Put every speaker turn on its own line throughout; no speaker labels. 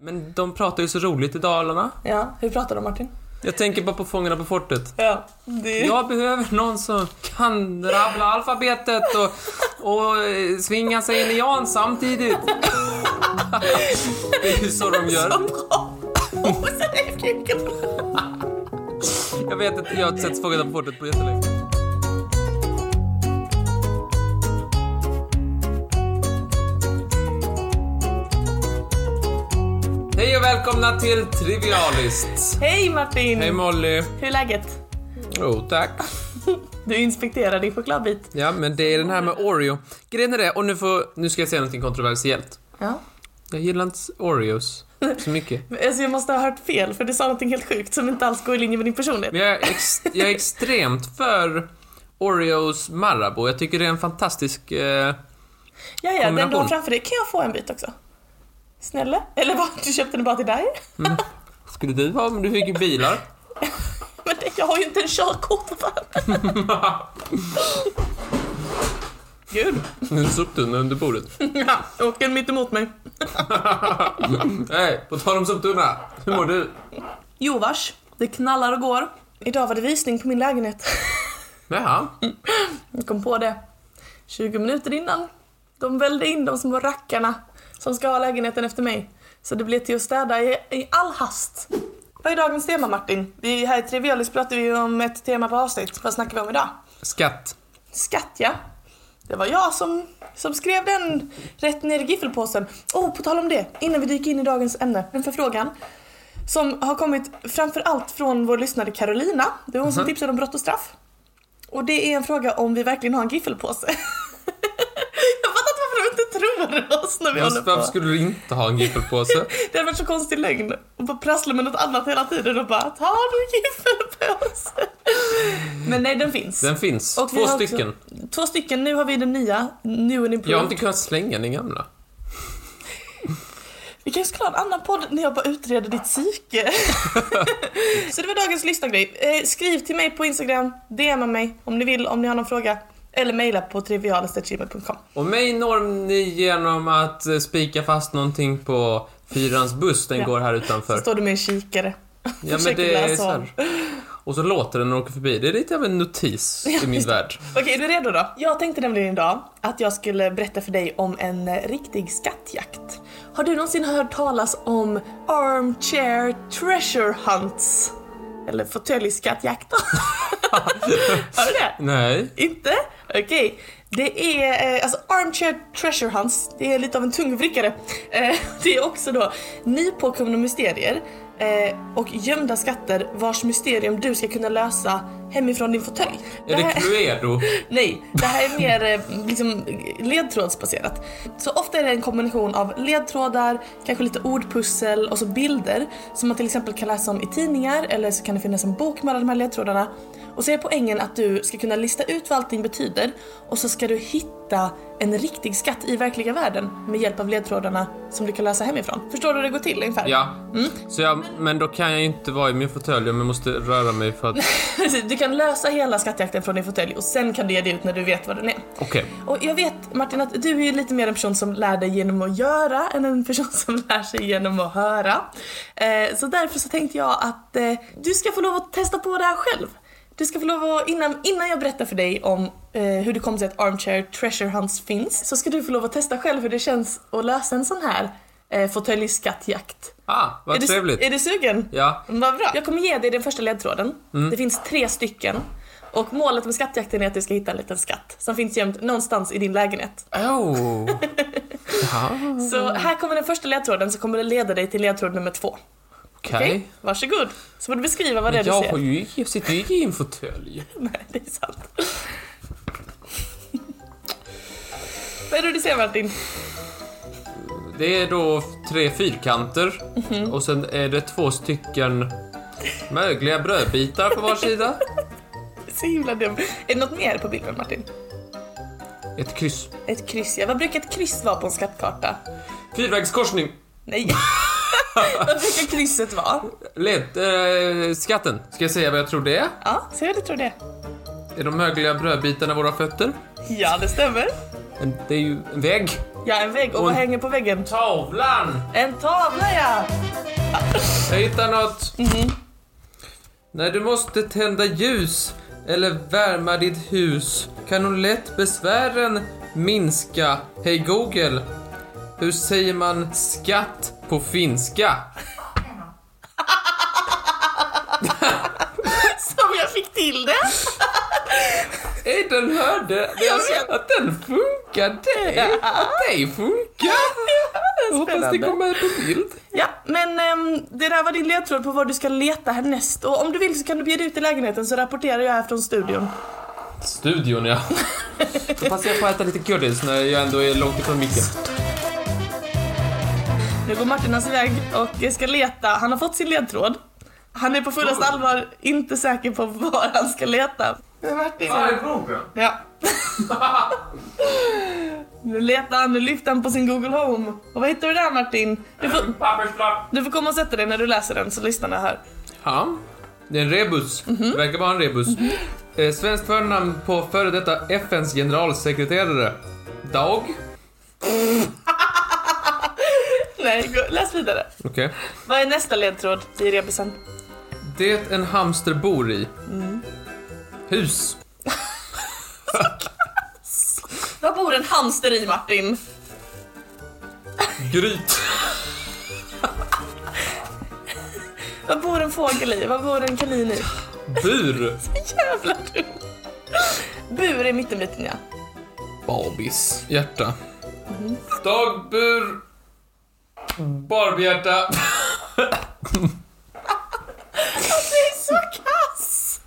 Men de pratar ju så roligt i Dalarna.
Ja, hur pratar de Martin?
Jag tänker bara på Fångarna på fortet.
Ja, det...
Jag behöver någon som kan rabbla alfabetet och, och eh, svinga sig in i Jan samtidigt. Det är ju så de gör.
Och sen är kuken.
Jag vet inte, jag har inte sett Fångarna på fortet på jättelänge. Hej och välkomna till Trivialist.
Hej Martin!
Hej Molly.
hur är läget?
Jo, tack.
Du inspekterar din chokladbit.
Ja, men det är den här med Oreo. Grejen är det, och nu, får, nu ska jag säga någonting kontroversiellt.
Ja.
Jag gillar inte Oreos så mycket.
Men Alltså jag måste ha hört fel för du sa någonting helt sjukt som inte alls går i linje med din personlighet.
Men jag är, ex, jag är extremt för Oreos Marabou. Jag tycker det är en fantastisk... Eh,
Ja, ja, den du har
Kombination.
framför dig. Kan jag få en bit också? Snälla? Eller vad? Du köpte den bara till dig?
skulle du ha om du fick ju bilar?
Men det- jag har ju inte en körkort för fan. Gud.
En soptunna under bordet.
Ja, åker den mitt emot mig.
Hej, på tal om soptunna. Hur mår du?
Jo vars, det knallar och går. Idag var det visning på min lägenhet.
Jaha.
Jag kom på det 20 minuter innan. De välde in de små rackarna som ska ha lägenheten efter mig. Så det blev till att städa i, i all hast. Vad är dagens tema Martin? Vi här i Trivialis pratar vi ju om ett tema per avsnitt. Vad snackar vi om idag?
Skatt.
Skatt ja. Det var jag som, som skrev den rätt ner i giffelpåsen. Oh, på tal om det, innan vi dyker in i dagens ämne. En förfrågan som har kommit framförallt från vår lyssnare Carolina. Det var hon som
Mhm.
tipsade om brott och straff. Och det är en fråga om vi verkligen har en giffelpåse. jag fattar inte varför de inte tror oss när vi håller på.
Varför skulle du inte ha en giffelpåse?
Det hade varit så konstig lögn. Och bara prassla med något annat hela tiden och bara, tar du giffelpåse? Men nej, den finns.
Den finns.
Och vi
Två
har också-
stycken.
Två stycken, nu har vi den nya, new and
Jag har
improved.
inte kunnat slänga den gamla.
Vi kanske skulle ha en annan podd när jag bara utreder ditt psyke. så det var dagens lyssnargrej. Eh, skriv till mig på Instagram, DMa mig om ni vill, om ni har någon fråga. Eller mejla på trivialest.gmail.com.
Och mig når ni genom att eh, spika fast någonting på fyrans buss, den
Ja.
går här
Så
utanför.
står du med en kikare.
Ja men
försöker
det är
läsa
så här. Och så låter den när den åker förbi. Det är lite av en notis i min värld.
Okej, är du redo då? Jag tänkte nämligen idag att jag skulle berätta för dig om en eh, riktig skattjakt. Har du någonsin hört talas om armchair treasure hunts? Eller fåtöljskattjakter? har du det?
Nej.
Inte? Okej. Det är eh, alltså Armchair Treasure Hunts. Det är lite av en tungvrickare. Eh, det är också då nypåkomna mysterier eh, och gömda skatter vars mysterium du ska kunna lösa hemifrån din fåtölj.
Är det
här-
Cluedo?
Nej, det här är mer eh, liksom, ledtrådsbaserat. Så ofta är det en kombination av ledtrådar, kanske lite ordpussel och så bilder som man till exempel kan läsa om i tidningar eller så kan det finnas en bok med alla de här ledtrådarna. Och så är poängen att du ska kunna lista ut vad allting betyder och så ska du hitta en riktig skatt i verkliga världen med hjälp av ledtrådarna som du kan läsa hemifrån. Förstår du hur det går till ungefär?
Ja.
Mm.
Så jag, men då kan jag ju inte vara i min fåtölj om jag måste röra mig för att...
Precis, du kan lösa hela skattjakten från din fåtölj och sen kan du ge dig ut när du vet vad den är.
Okej.
Och jag vet Martin att du är ju lite mer en person som lär dig genom att göra än en person som lär sig genom att höra. Eh, så därför så tänkte jag att eh, du ska få lov att testa på det här själv. Du ska få lov att, innan, innan jag berättar för dig om eh, hur det kommer sig att Armchair Treasure Hunts finns, så ska du få lov att testa själv hur det känns att lösa en sån här eh, fåtöljskattjakt.
Ah,
Är
vad
du,
trevligt.
är du sugen?
Ja.
Vad bra. Jag kommer ge dig den första ledtråden.
Mm.
Det finns tre stycken. Och målet med skattjakten är att du ska hitta en liten skatt som finns gömd någonstans i din lägenhet.
Oh. Ja,
Så här kommer den första ledtråden så kommer det leda dig till ledtråd nummer två. Okej?
okej.
Varsågod. Så får du beskriva vad det är du
Jag,
ser.
har ju, jag sitter ju i en fåtölj.
Nej, det är sant. vad är det du ser Martin?
Det är då tre fyrkanter och sen är det två stycken mögliga brödbitar på var sida.
Så himla dum. Är det något mer på bilden Martin?
Ett kryss.
Ett kryss ja. Vad brukar ett kryss vara på en skattkarta?
Fyrvägskorsning.
Nej. vad brukar krysset vara?
Led, eh, skatten. Ska jag säga vad jag tror det är?
Ja, så jag tror det.
Är de mögliga brödbitarna våra fötter?
Ja, det stämmer.
En, det är ju en vägg.
Ja, en vägg. Och vad
Och-
hänger på väggen?
Tavlan!
En tavla ja!
Jag hittar något. När du måste tända ljus eller värma ditt hus kan nog lätt besvären minska. Hej Google. Hur säger man skatt på finska?
Som jag fick till det!
Aiden hörde det jag sa, att den funkade. Att det funkar. Jag hoppas det
spännande.
kommer på bild.
Ja, men ehm, det där var din ledtråd på vad du ska leta härnäst. Och om du vill så kan du bjuda ut i lägenheten så rapporterar jag här från studion.
Studion ja. Då passar jag på att äta lite godis när jag ändå är långt ifrån micken.
Nu går Martin hans väg och ska leta. Han har fått sin ledtråd. Han är på fullaste allvar inte säker på var han ska leta. Martin. Ja. Nu letar han, nu lyfter han på sin Google Home. Och vad hittar du där Martin? Du får,
Papperslapp.
du får komma och sätta dig när du läser den så lyssnarna hör.
Ja, det är en rebus. Det verkar vara en rebus. Eh, svenskt förnamn på före detta FNs generalsekreterare. Dag.
Nej, gå, läs vidare.
Okej.
Vad är nästa ledtråd i rebisen?
Det en hamster bor i. Hus.
Vad bor en hamster i Martin?
Gryt.
Vad bor en fågel i? Vad bor en kanin i?
Bur.
Jävlar du! Bur är mittenbiten ja.
Babys. Hjärta. Dagbur. Barbiehjärta.
Det är så kass!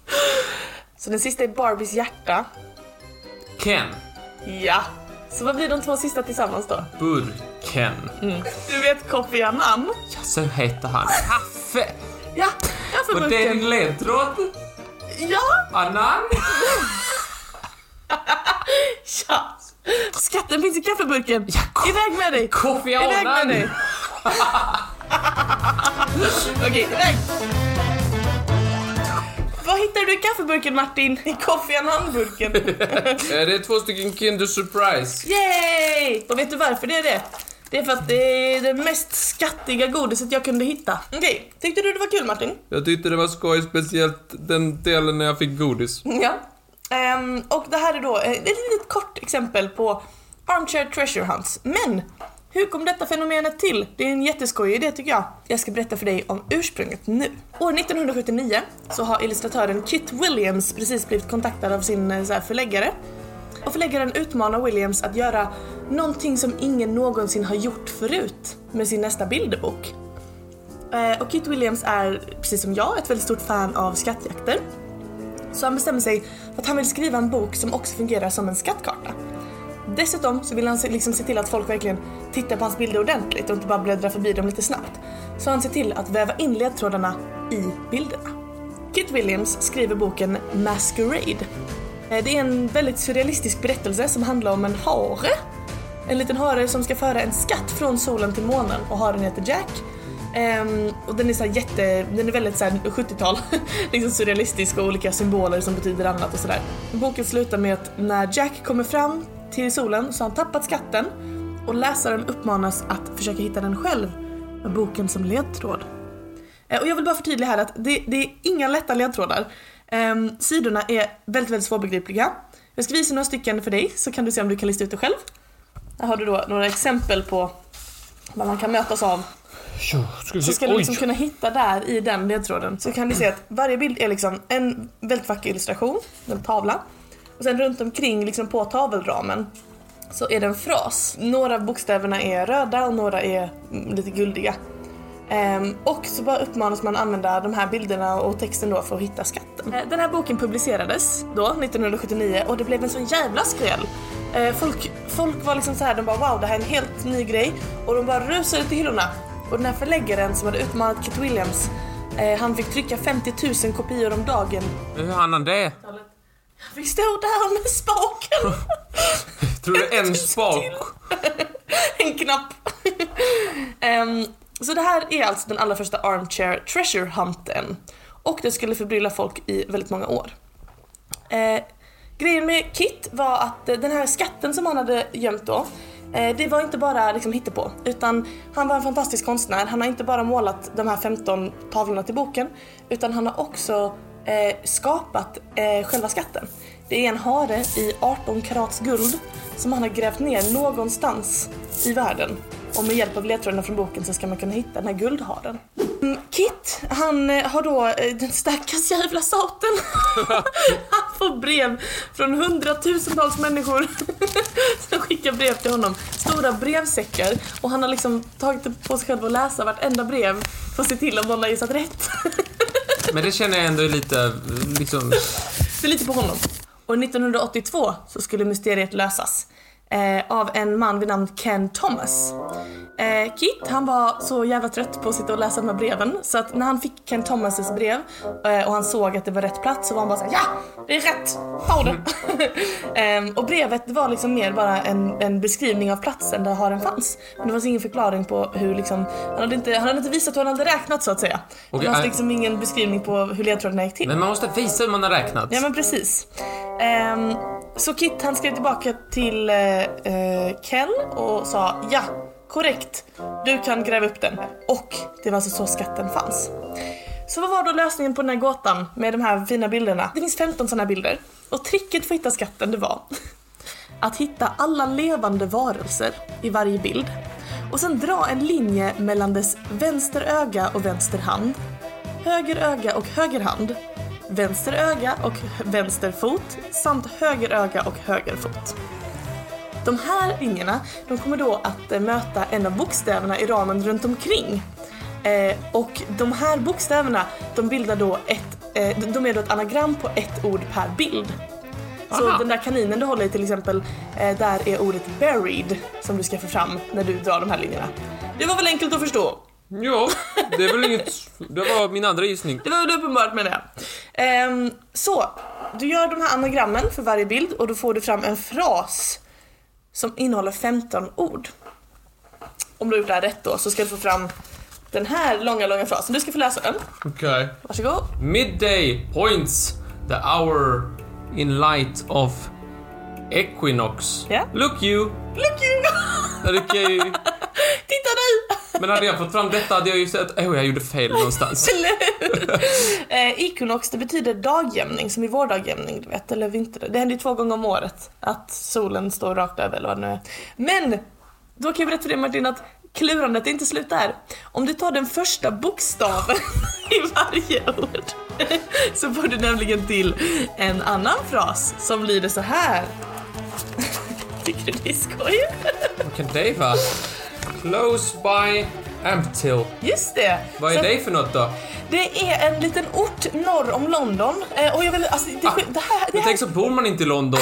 Så den sista är Barbies hjärta.
Ken.
Ja. Så vad blir de två sista tillsammans då?
Burken.
Du vet Kofi Annan?
Ja, så heter han. Kaffe.
Ja, jag får
Och det är
burken.
din ledtråd.
Ja,
Annan.
ja. Skatten finns i kaffeburken. Iväg med dig!
Kofi
Iväg med
Annan.
dig! Okej, iväg! Vad hittar du i kaffeburken Martin? I Kofi Annan-burken.
Eh, Det är två stycken Kinder Surprise.
Yay! Och vet du varför det är det? Det är för att det är det mest skattiga godiset jag kunde hitta. Okej, tyckte du det var kul Martin?
Jag tyckte det var skoj, speciellt den delen när jag fick godis.
Ja. Ehm, och det här är då eh, ett litet kort exempel på Armchair Treasure Hunts. Men hur kom detta fenomenet till? Det är en jätteskojig idé tycker jag. Jag ska berätta för dig om ursprunget nu. År 1979 så har illustratören Kit Williams precis blivit kontaktad av sin eh, så här, förläggare och förläggaren utmanar Williams att göra någonting som ingen någonsin har gjort förut med sin nästa bilderbok. Eh, Och Kit Williams är, precis som jag, ett väldigt stort fan av skattjakter. Så han bestämmer sig för att han vill skriva en bok som också fungerar som en skattkarta. Dessutom så vill han se- liksom se till att folk verkligen tittar på hans bilder ordentligt och inte bara bläddrar förbi dem lite snabbt. Så han ser till att väva in ledtrådarna i bilderna. Kit Williams skriver boken Masquerade. Eh, Det är en väldigt surrealistisk berättelse som handlar om en hare. En liten hare som ska föra en skatt från solen till månen och haren heter Jack. Ehm, och den är så här jätte, den är väldigt så här 70-tal, liksom surrealistisk och olika symboler som betyder annat och sådär. Boken slutar med att när Jack kommer fram till solen så har han tappat skatten och läsaren uppmanas att försöka hitta den själv med boken som ledtråd. Eh, Och jag vill bara förtydliga här att det, det är inga lätta ledtrådar. Ehm, sidorna är väldigt, väldigt svårbegripliga. Jag ska visa några stycken för dig så kan du se om du kan lista ut det själv. Här har du då några exempel på vad man kan mötas av. Så ska du liksom kunna hitta där i den ledtråden. Så kan ni se att varje bild är liksom en väldigt vacker illustration, en tavla. Och sen runt omkring liksom på tavelramen så är det en fras. Några av bokstäverna är röda och några är mm, lite guldiga. Ehm, och så bara uppmanas man använda de här bilderna och texten då för att hitta skatten. Eh, Den här boken publicerades då, 1979, och det blev en sån jävla skräll. Eh, folk, folk var liksom så här, de bara wow, det här är en helt ny grej. Och de bara rusade till hyllorna. Och den här förläggaren som hade utmanat Kit Williams, eh, han fick trycka 50 000 kopior om dagen.
Men hur hann han det?
Han fick stå där med spaken!
Tror du en spak?
en knapp. Ehm, så det här är alltså den allra första Armchair Treasure Hunten. Och det skulle förbrylla folk i väldigt många år. Eh, Grejen med Kit var att eh, den här skatten som han hade gömt då, eh, det var inte bara liksom hittepå. Utan han var en fantastisk konstnär. Han har inte bara målat de här 15 tavlorna till boken, utan han har också eh, skapat eh, själva skatten. Det är en hare i 18 karats guld som han har grävt ner någonstans i världen. Och med hjälp av ledtrådarna från boken så ska man kunna hitta den här guldharen. Mm, Kit, han eh, har då eh, den stackars jävla sauten. han får brev från hundratusentals människor som skickar brev till honom. Stora brevsäckar. Och han har liksom tagit det på sig själv att läsa vartenda brev för att se till om någon har gissat rätt.
Men det känner jag ändå är lite, liksom...
Det är lite på honom. Och 1982 så skulle mysteriet lösas eh, av en man vid namn Ken Thomas. Eh, Kit, han var så jävla trött på att sitta och läsa de här breven så att när han fick Ken Thomases brev eh, och han såg att det var rätt plats så var han bara såhär ja, det är rätt, ta det. Ehm, och brevet det var liksom mer bara en, en beskrivning av platsen där haren fanns. Men det fanns ingen förklaring på hur liksom, han hade inte, han hade inte visat hur han hade räknat så att säga.
Okej,
det fanns
eh.
liksom ingen beskrivning på hur ledtrådarna gick till.
Men man måste visa hur man har räknat.
Ja men precis. Ehm, så Kit han skrev tillbaka till eh, eh, Ken och sa ja, korrekt. Du kan gräva upp den. Och det var alltså så skatten fanns. Så vad var då lösningen på den här gåtan med de här fina bilderna? Det finns 15 sådana här bilder. Och tricket för att hitta skatten det var att hitta alla levande varelser i varje bild och sen dra en linje mellan dess vänster öga och vänster hand, höger öga och höger hand, vänster öga och hö- vänster fot samt höger öga och höger fot. De här linjerna de kommer då att eh, möta en av bokstäverna i ramen runt omkring. Eh, och de här bokstäverna de bildar då ett, eh, de- de är då ett anagram på ett ord per bild. Så
Aha.
den där kaninen du håller i till exempel, eh, där är ordet buried som du ska få fram när du drar de här linjerna. Det var väl enkelt att förstå?
Ja, det är väl inget... Det var min andra gissning.
Det var väl uppenbart menar jag. Ehm, så, du gör de här anagrammen för varje bild och då får du fram en fras som innehåller 15 ord. Om du har gjort det här rätt då så ska du få fram den här långa, långa frasen. Du ska få läsa den.
Okej.
Varsågod.
Midday points the hour in light of equinox.
Ja.
Look you!
Look you!
Ja, Det kan ju...
Titta nu!
Men hade jag fått fram detta hade jag ju sett... Åh, jag gjorde fel någonstans.
Eh, Equinox det betyder dagjämning, som i vår dagjämning, du vet, eller vinter. Det händer ju två gånger om året att solen står rakt över eller vad det nu är. Men! Då kan jag berätta för dig Martin att klurandet är inte slut där. Om du tar den första bokstaven i varje ord så får du nämligen till en annan fras som lyder så här. Tycker du det är skoj?
Vad kan det vara? Close by Amptill.
Just det!
Vad
Så
är
att-
det för något då?
Det är en liten ort norr om London. Eh, och jag vill, alltså, det, det
Ah,
här... Det
Men
här
tänk så bor man inte i London.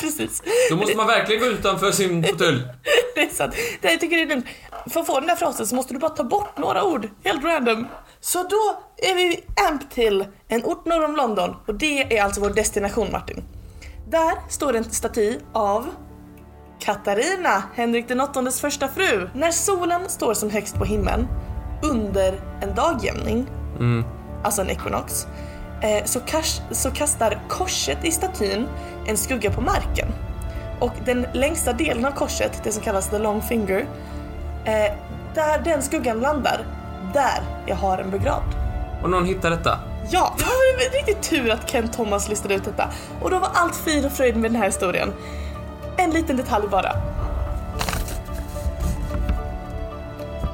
precis.
Då måste man verkligen gå utanför sin fåtölj.
Det är sant. Det jag tycker det är dumt. För att få den där frasen så måste du bara ta bort några ord. Helt random. Så då är vi i Amptill, en ort norr om London. Och det är alltså vår destination Martin. Där står en staty av Katarina, Henrik den åttondes första fru. När solen står som högst på himlen under en dagjämning, alltså en ekvinox, eh, så, kas- så kastar korset i statyn en skugga på marken. Och den längsta delen av korset, det som kallas the long finger, eh, där den skuggan landar, där jag har en begravd.
Och någon hittar detta.
Ja, det var ju riktigt tur att Ken Thomas listade ut detta. Och då var allt frid och fröjd med den här historien. En liten detalj bara.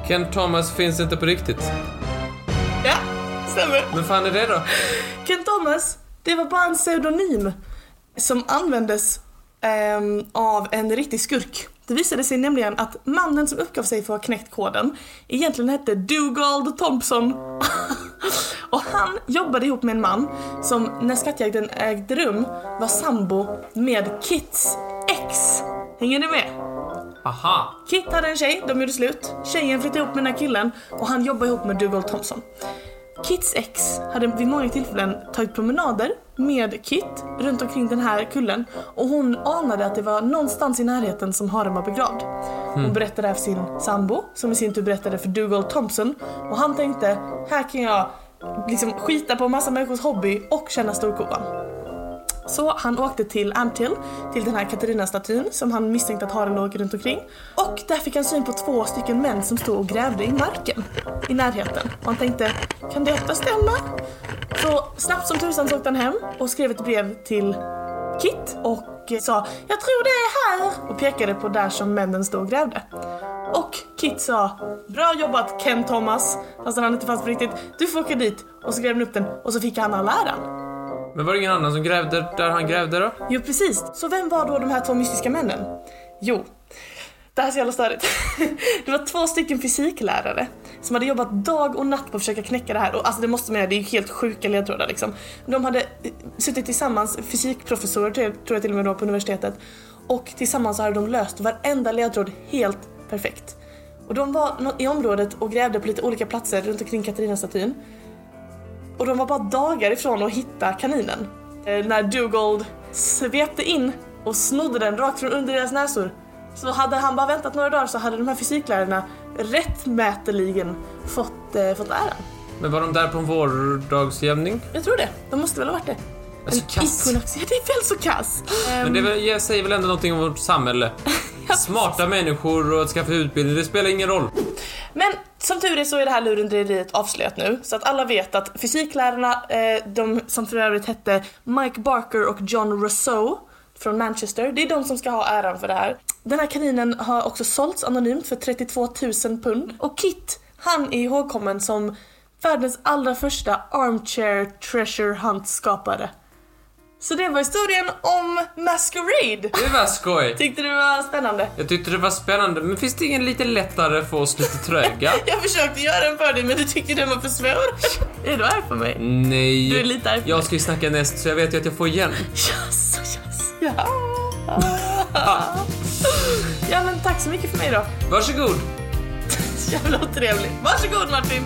Ken Thomas finns inte på riktigt.
Ja, stämmer.
Men fan är det då?
Ken Thomas, det var bara en pseudonym som användes ehm, av en riktig skurk. Det visade sig nämligen att mannen som uppgav sig för att ha knäckt koden egentligen hette Dugald Thompson. Och han jobbade ihop med en man som när skattjakten ägde rum var sambo med Kits ex. Hänger ni med?
Aha!
Kit hade en tjej, de gjorde slut. Tjejen flyttade ihop med den här killen och han jobbade ihop med Dougal Thompson. Kits ex hade vid många tillfällen tagit promenader med Kit runt omkring den här kullen och hon anade att det var någonstans i närheten som haren var begravd. Hon berättade det här för sin sambo som i sin tur berättade för Dougal Thompson och han tänkte här kan jag liksom skita på massa människors hobby och tjäna storkovan. Så han åkte till Amtil, till den här Katarina-statyn som han misstänkte att haren låg runt omkring. Och där fick han syn på två stycken män som stod och grävde i marken i närheten. Och han tänkte, kan detta stämma? Så snabbt som tusan så åkte han hem och skrev ett brev till Kit och sa “Jag tror det är här” och pekade på där som männen stod och grävde. Och Kit sa “Bra jobbat Ken Thomas” fast han inte fanns på riktigt. “Du får åka dit” och så grävde han upp den och så fick han all äran.
Men var det ingen annan som grävde där han grävde då?
Jo precis, så vem var då de här två mystiska männen? Jo, det här är så jävla störigt. Det var två stycken fysiklärare som hade jobbat dag och natt på att försöka knäcka det här. Och alltså det måste man göra, det är ju helt sjuka ledtrådar liksom. De hade eh, suttit tillsammans, fysikprofessorer tror jag- tror jag till och med då på universitetet. Och tillsammans så hade de löst varenda ledtråd helt perfekt. Och de var nå- i området och grävde på lite olika platser runt omkring Katarina-statyn. Och de var bara dagar ifrån att hitta kaninen. Eh, när Dugold svepte in och snodde den rakt från under deras näsor. Så hade han bara väntat några dagar så hade de här fysiklärarna rättmäteligen fått, eh, fått äran.
Men var de där på en vårdagsjämning?
Jag tror det. De måste väl ha varit det.
Jag är så kass.
Ja, det är väl så kass.
Men det är väl- jag säger väl ändå någonting om vårt samhälle? Smarta människor och att skaffa utbildning, det spelar ingen roll.
Men som tur är så är det här lurendrejeriet avslöjat nu så att alla vet att fysiklärarna, eh, de som för övrigt hette Mike Barker och John Rousseau från Manchester, det är de som ska ha äran för det här. Den här kaninen har också sålts anonymt för 32 000 pund och Kit, han är ihågkommen som världens allra första armchair treasure hunt-skapare. Så det var historien om Masquerade!
Det var skoj!
Tyckte du var spännande?
Jag tyckte det var spännande, men finns det ingen lite lättare för oss lite tröga?
Jag försökte göra den för dig men du tycker den var för svår. Är du arg på mig?
Nej.
Du är lite arg på
Jag ska ju snacka näst så jag vet ju att jag får igen.
Jaså, jaså. Ja. ja men tack så mycket för mig då.
Varsågod!
Jävla trevligt. Varsågod Martin.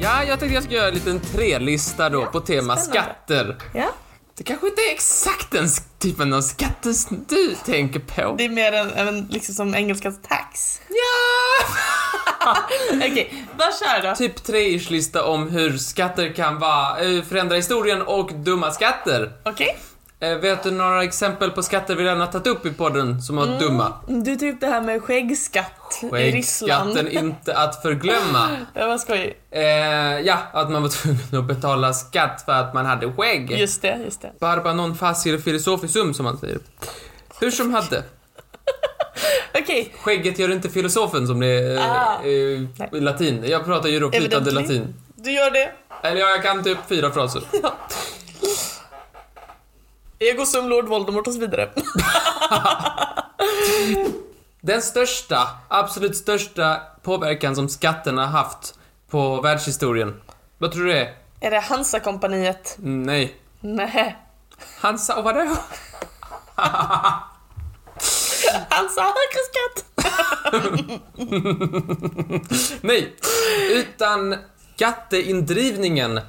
Ja, jag tänkte jag ska göra en liten trelista då på tema
spännande.
skatter.
Ja.
Det kanske inte är exakt den s- typen av skatter som du tänker på.
Det är mer än, än liksom som engelskans tax.
Ja!
Okej, bara kör då.
Typ tre-ish lista om hur skatter kan vara, eh, förändra historien och dumma skatter.
Okej?
Eh, vet du några exempel på skatter vi redan har tagit upp i podden som var dumma?
Du tog upp det här med skäggskatt Mm, i
Skäggskatten
Ryssland.
inte att förglömma.
Det var skoj.
Eh, ja, att man var tvungen att betala skatt för att man hade skägg.
Just det, just det.
Barba non facile filosofisum som man säger. Hur som hade.
Okej,
Skägget gör inte filosofen som det är
Ah.
eh, i latin. Jag pratar ju då flytande
Evidently.
latin.
du gör det.
Eller ja, jag kan typ fyra fraser.
Ego som Lord Voldemort och så vidare.
Den största, absolut största påverkan som skatterna haft på världshistorien. Vad tror du det är?
är det Hansa-kompaniet?
Mm, Nej.
Nej.
Hansa och vadå?
Hansa har högre skatt.
Nej. Utan skatteindrivningen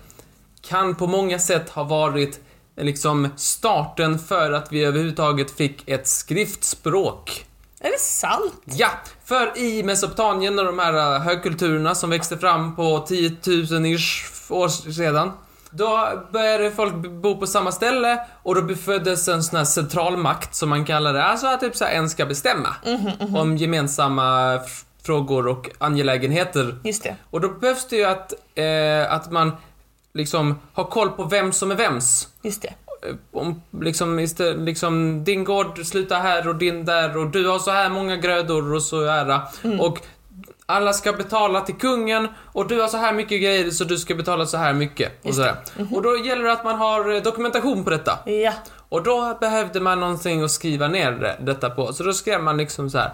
kan på många sätt ha varit liksom starten för att vi överhuvudtaget fick ett skriftspråk.
Är det sant?
Ja, för i Mesopotamien och de här eh, högkulturerna som växte fram på 10 000-ish år sedan. Då började folk b- bo på samma ställe och då beföddes en sån här centralmakt som man kallar det. Alltså att typ så här, en ska bestämma om gemensamma f- frågor och angelägenheter.
Just det.
Och då behövs det ju att, eh, att man liksom har koll på vem som är vems.
Just det.
Eh, Om, liksom, istället, liksom, din gård slutar här och din där och du har så här många grödor och så här. Och alla ska betala till kungen och du har så här mycket grejer så du ska betala så här mycket. Och, så där. och då gäller det att man har eh, dokumentation på detta.
Ja.
Och då behövde man någonting att skriva ner det- detta på. Så då skrev man liksom så här.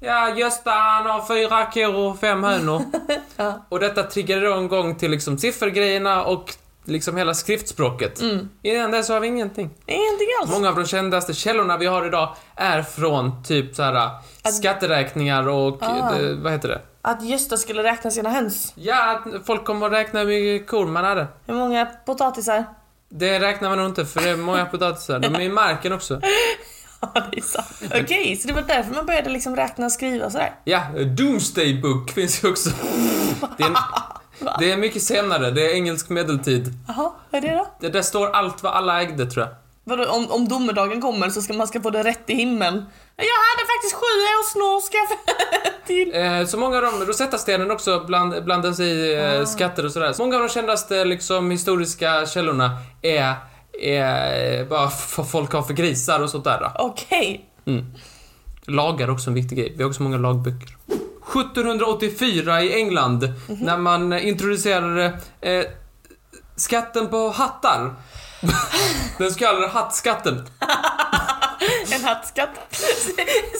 Ja, Gösta han har fyra kor och fem hönor.
Ja.
Och detta triggade då en gång till liksom siffergrejerna och liksom hela skriftspråket.
Mm.
Innan dess har vi ingenting.
Ingenting alls.
Många av de kändaste källorna vi har idag är från typ så här skatteräkningar och
Ah.
eh, vad heter det?
Att Gösta skulle räkna sina höns.
Ja, att folk kommer att räkna hur mycket kor man hade.
Hur många potatisar?
Det räknar man nog inte för det är många potatisar. De är i marken också.
Ja, det är sant. Okej, så det var därför man började liksom räkna och skriva och sådär.
Ja, Doomsday Book finns ju också. Det är en, Det är mycket senare, det är engelsk medeltid.
Jaha, vad är det då?
Det där står allt vad alla ägde tror jag.
Vadå, om, om domedagen kommer så ska man ska få det rätt i himlen. Jag hade faktiskt sju årsnor ska jag till.
Eh, så många av dem, Rosetta-stenen också bland, blandas i eh, skatter och sådär. Så många av de kändaste liksom, historiska källorna är, är bara f- vad folk har för grisar och sånt där. Då.
Okej.
Lagar är också en viktig grej. Vi har också många lagböcker. 1784 i England när man introducerade eh, skatten på hattar. Den så kallade hattskatten.
En hattskatt.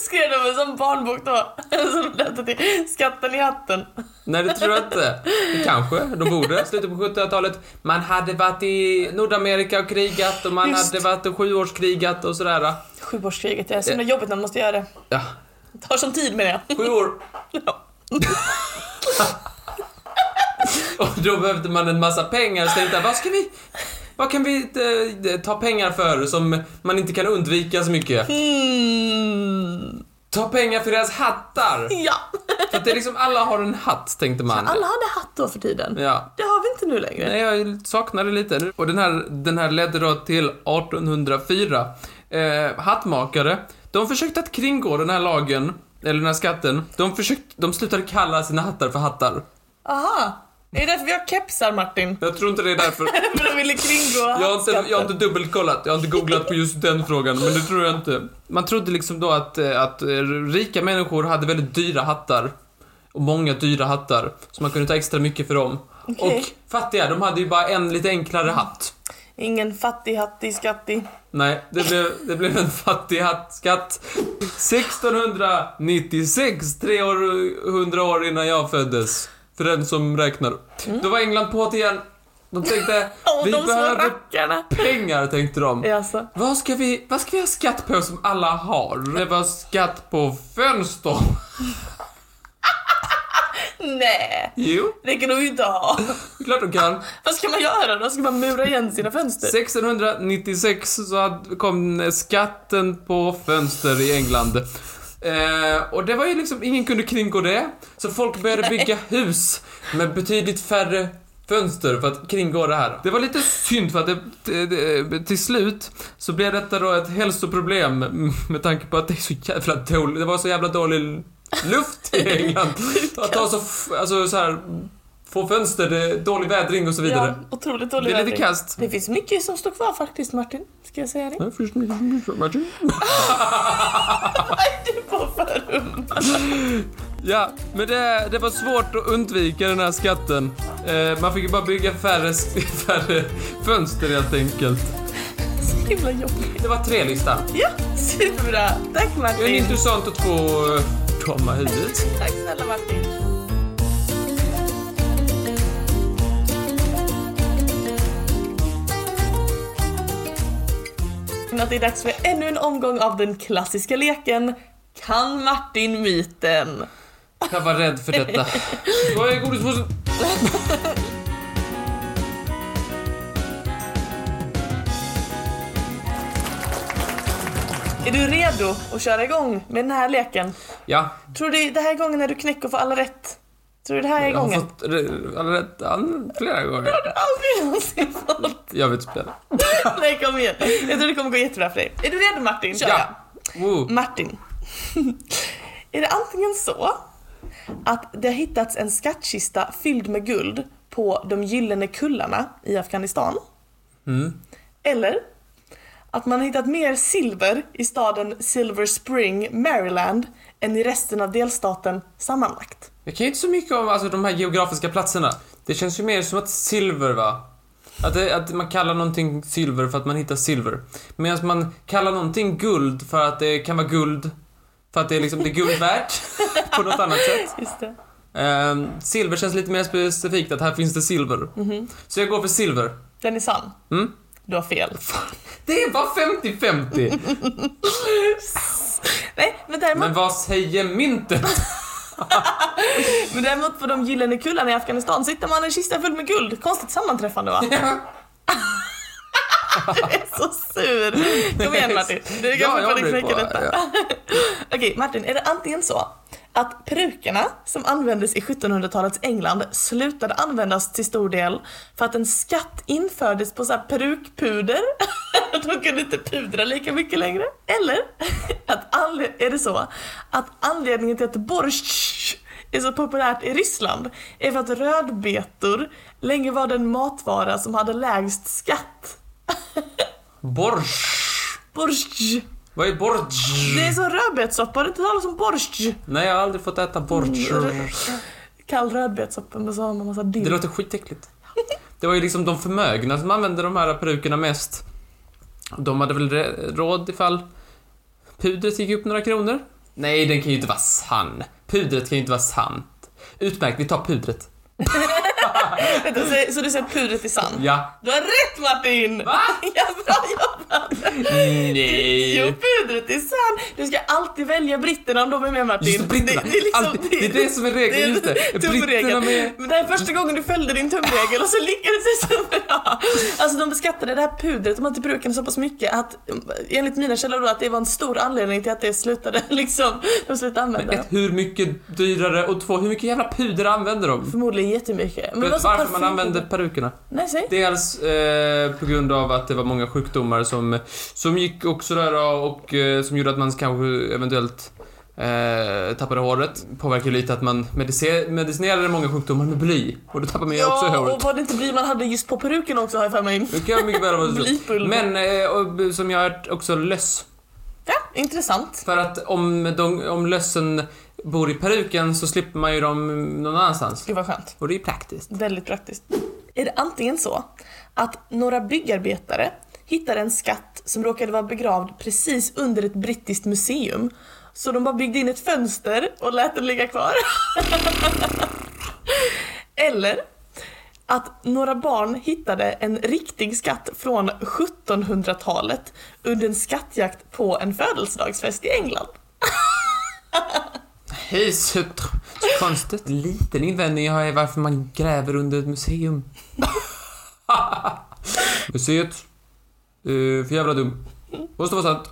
Skrev de en sån barnbok då? Som döpte till Skatten i hatten.
Nej, det tror jag inte. Det kanske de borde. Slutet på 1700-talet. Man hade varit i Nordamerika och krigat och man
Just.
hade varit och sjuårskrigat och sådär.
Sjuårskriget, det är så himla jobbigt när man måste göra det.
Ja,
Det tar sån tid med det.
sju år. Och då behövde man en massa pengar så tänkte jag, vad ska vi... Vad kan vi eh, ta pengar för som man inte kan undvika så mycket?
Mm.
Ta pengar för deras hattar!
Ja.
För att det är liksom, alla har en hatt tänkte man.
Alla hade hatt då för tiden.
Ja.
Det har vi inte nu längre.
Nej, jag saknar det lite. Och den här, den här ledde då till 1804. Eh, hattmakare, de försökte att kringgå den här lagen, eller den här skatten. De, försökte, de slutade kalla sina hattar för hattar.
Aha. Är det därför vi har kepsar Martin?
Jag tror inte det är därför.
För de ville kringgå
Jag har,
hattskatten.
inte, jag har inte dubbelkollat, jag har inte googlat på just den frågan, men det tror jag inte. Man trodde liksom då att, eh, att eh, rika människor hade väldigt dyra hattar. Och många dyra hattar, så man kunde ta extra mycket för dem.
Okej.
Och fattiga, de hade ju bara en lite enklare hatt.
Ingen fattig hattig skattig.
Nej, det blev, det blev en fattig hattskatt. 1696, 300 år innan jag föddes. För den som räknar. Då var England på det igen. De tänkte,
Åh,
vi
Mm. de små
behöver
rackarna. alltså.
pengar, tänkte de.
Jaså?
Vad ska, vi, vad ska vi ha skatt på som alla har? Det var skatt på fönster.
Nej,
Jo,
det kan du ju inte ha.
det är klart de kan.
Vad ska man göra då? Ska man mura igen sina fönster?
1696 så hade- kom skatten på fönster i England. Eh, och det var ju liksom, ingen kunde kringgå det. Så folk började bygga hus med betydligt färre fönster för att kringgå det här. Det var lite synd för att det, det, det, till slut så blev detta då ett hälsoproblem med tanke på att det är så jävla dåligt, det var så jävla dålig luft i England. Att ta så, f- alltså så här, få fönster, det är dålig vädring och så vidare.
Ja, otroligt
det
dålig
är lite
vädring.
kast.
Det finns mycket som står kvar faktiskt Martin, ska jag säga det?
Jag förstår inte så mycket, Martin.
Du var för ung.
Ja, men det, det var svårt att undvika den här skatten. Eh, man fick ju bara bygga färre, färre fönster helt enkelt.
Så himla jobbigt.
Det var tre listan.
Ja, superbra. Tack
En
Martin.
intressant och två eh, tomma huvudet.
Tack snälla Martin. Att det är dags för ännu en omgång av den klassiska leken Kan Martin-myten.
Jag var rädd för detta. Vad är godispåsen?
Är du redo att köra igång med den här leken?
Ja,
Tror du det här är gången när du knäcker och får alla rätt? Tror du det här är
jag har
gången?
fått re- alla rätt an- flera gånger.
Aldrig någonsin fått.
Jag vet spela.
Nej kom igen. Jag tror det kommer gå jättebra för dig. Är du redo Martin? Kör jag.
Ja! Woo.
Martin. är det antingen så att det har hittats en skattkista fylld med guld på de gyllene kullarna i Afghanistan? Eller att man har hittat mer silver i staden Silver Spring, Maryland än i resten av delstaten sammanlagt.
Jag kan ju inte så mycket om alltså, de här geografiska platserna. Det känns ju mer som att silver, va? Att, det, att man kallar någonting silver för att man hittar silver. Medan man kallar någonting guld för att det kan vara guld. För att det är liksom det är guld värt på något annat sätt.
Just det.
Ehm, silver känns lite mer specifikt, att här finns det silver. Så jag går för silver.
Den är sann.
Mm.
Du har fel.
Det var 50-50!
Nej, men däremot,
Men vad säger myntet?
men däremot på de gyllene kullarna i Afghanistan sitter man en kista full med guld. Konstigt sammanträffande va? Du är så sur. Kom igen Martin. Du kan
Ja, jag
fortfarande
blir
knäcka
på-
detta.
ja.
Okej Martin, är det antingen så att perukerna som användes i 1700-talets England slutade användas till stor del för att en skatt infördes på så här perukpuder. De kunde inte pudra lika mycket längre. Eller att anle- är det så att anledningen till att borsch är så populärt i Ryssland är för att rödbetor länge var den matvara som hade lägst skatt.
Borsch.
Borsch.
Vad är borsch?
Det är så rödbetssoppa, har du inte talat om borsch?
Nej, jag har aldrig fått äta borsch.
Kall rödbetssoppa med så har man massa
Det
dill.
låter skitäckligt. Det var ju liksom de förmögna som använde de här perukerna mest. De hade väl re- råd ifall pudret gick upp några kronor? Nej, den kan ju inte vara sann. Pudret kan ju inte vara sant. Utmärkt, vi tar pudret.
Vänta, så- Så du säger att pudret är sann?
Ja.
Du har rätt Martin!
Va?
Ja, bra jobbat! Jo,
Mm, Nej.
pudret är sant! Du ska alltid välja britterna om de är liksom- med Martin.
Just det, britterna. Alltid. Det är det som är regeln, just det. Britterna
Tumregeln.
med-
Men det här är första gången du följde din tumregel och så lyckades det så bra. Alltså de beskattade det här pudret, de har inte brukat det så pass mycket att enligt mina källor då att det var en stor anledning till att det slutade liksom, de slutade använda det.
Ett, hur mycket dyrare och två, hur mycket jävla puder använder de?
Förmodligen jättemycket. Men det
Vet
var
du
så
varför
parfym-
man använde perukerna?
Nej, säg.
Dels eh, på grund av att det var många sjukdomar som, som gick också där och, och eh, som gjorde att man kanske eventuellt eh, tappade håret. Påverkar ju lite att man medice- medicinerade många sjukdomar med bly och då tappar man ju också
Ja,
håret.
och vad det inte blir man hade just på peruken också har jag för mig.
Det kan jag mycket väl vara så.
Blypulver.
Men eh, och, som jag har hört också löss.
Ja, intressant.
För att om, de, om lössen bor i peruken så slipper man ju dem någon annanstans.
Gud vad skönt.
Och det är ju praktiskt.
Väldigt praktiskt. Är det antingen så att några byggarbetare hittade en skatt som råkade vara begravd precis under ett brittiskt museum. Så de bara byggde in ett fönster och lät den ligga kvar. Eller att några barn hittade en riktig skatt från 1700-talet under en skattjakt på en födelsedagsfest i England.
Hej, så, tr- så konstigt. Liten invändning jag har är varför man gräver under ett museum. Museet. Uh, för jävla dum. Måste vara sant.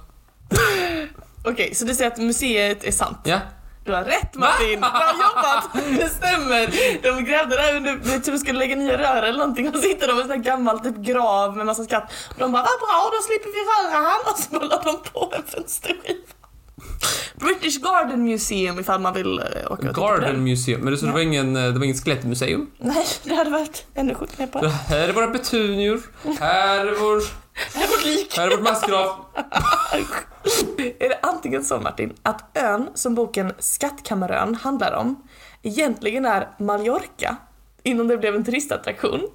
Okej, så du säger att museet är sant?
Ja.
Du har rätt Martin! Bra jobbat! Det stämmer! De grävde där under, jag tror de skulle lägga nya rör eller någonting och så hittade de en sån här gammal typ grav med massa skatt. Och de bara vad bra, då slipper vi röra han! Och så bara la de på en fönsterskiva. British Garden Museum ifall man vill eh, åka och titta på
Garden
den.
Museum. Men det, så det, var ingen, eh, det var inget skelettmuseum.
Nej, det hade varit ännu sjukare med på.
Det här är våra petunior. Här är vår,
Det hade varit lik.
här är vårt massgrav.
Är det antingen så Martin, att ön som boken Skattkammarön handlar om egentligen är Mallorca innan det blev en turistattraktion?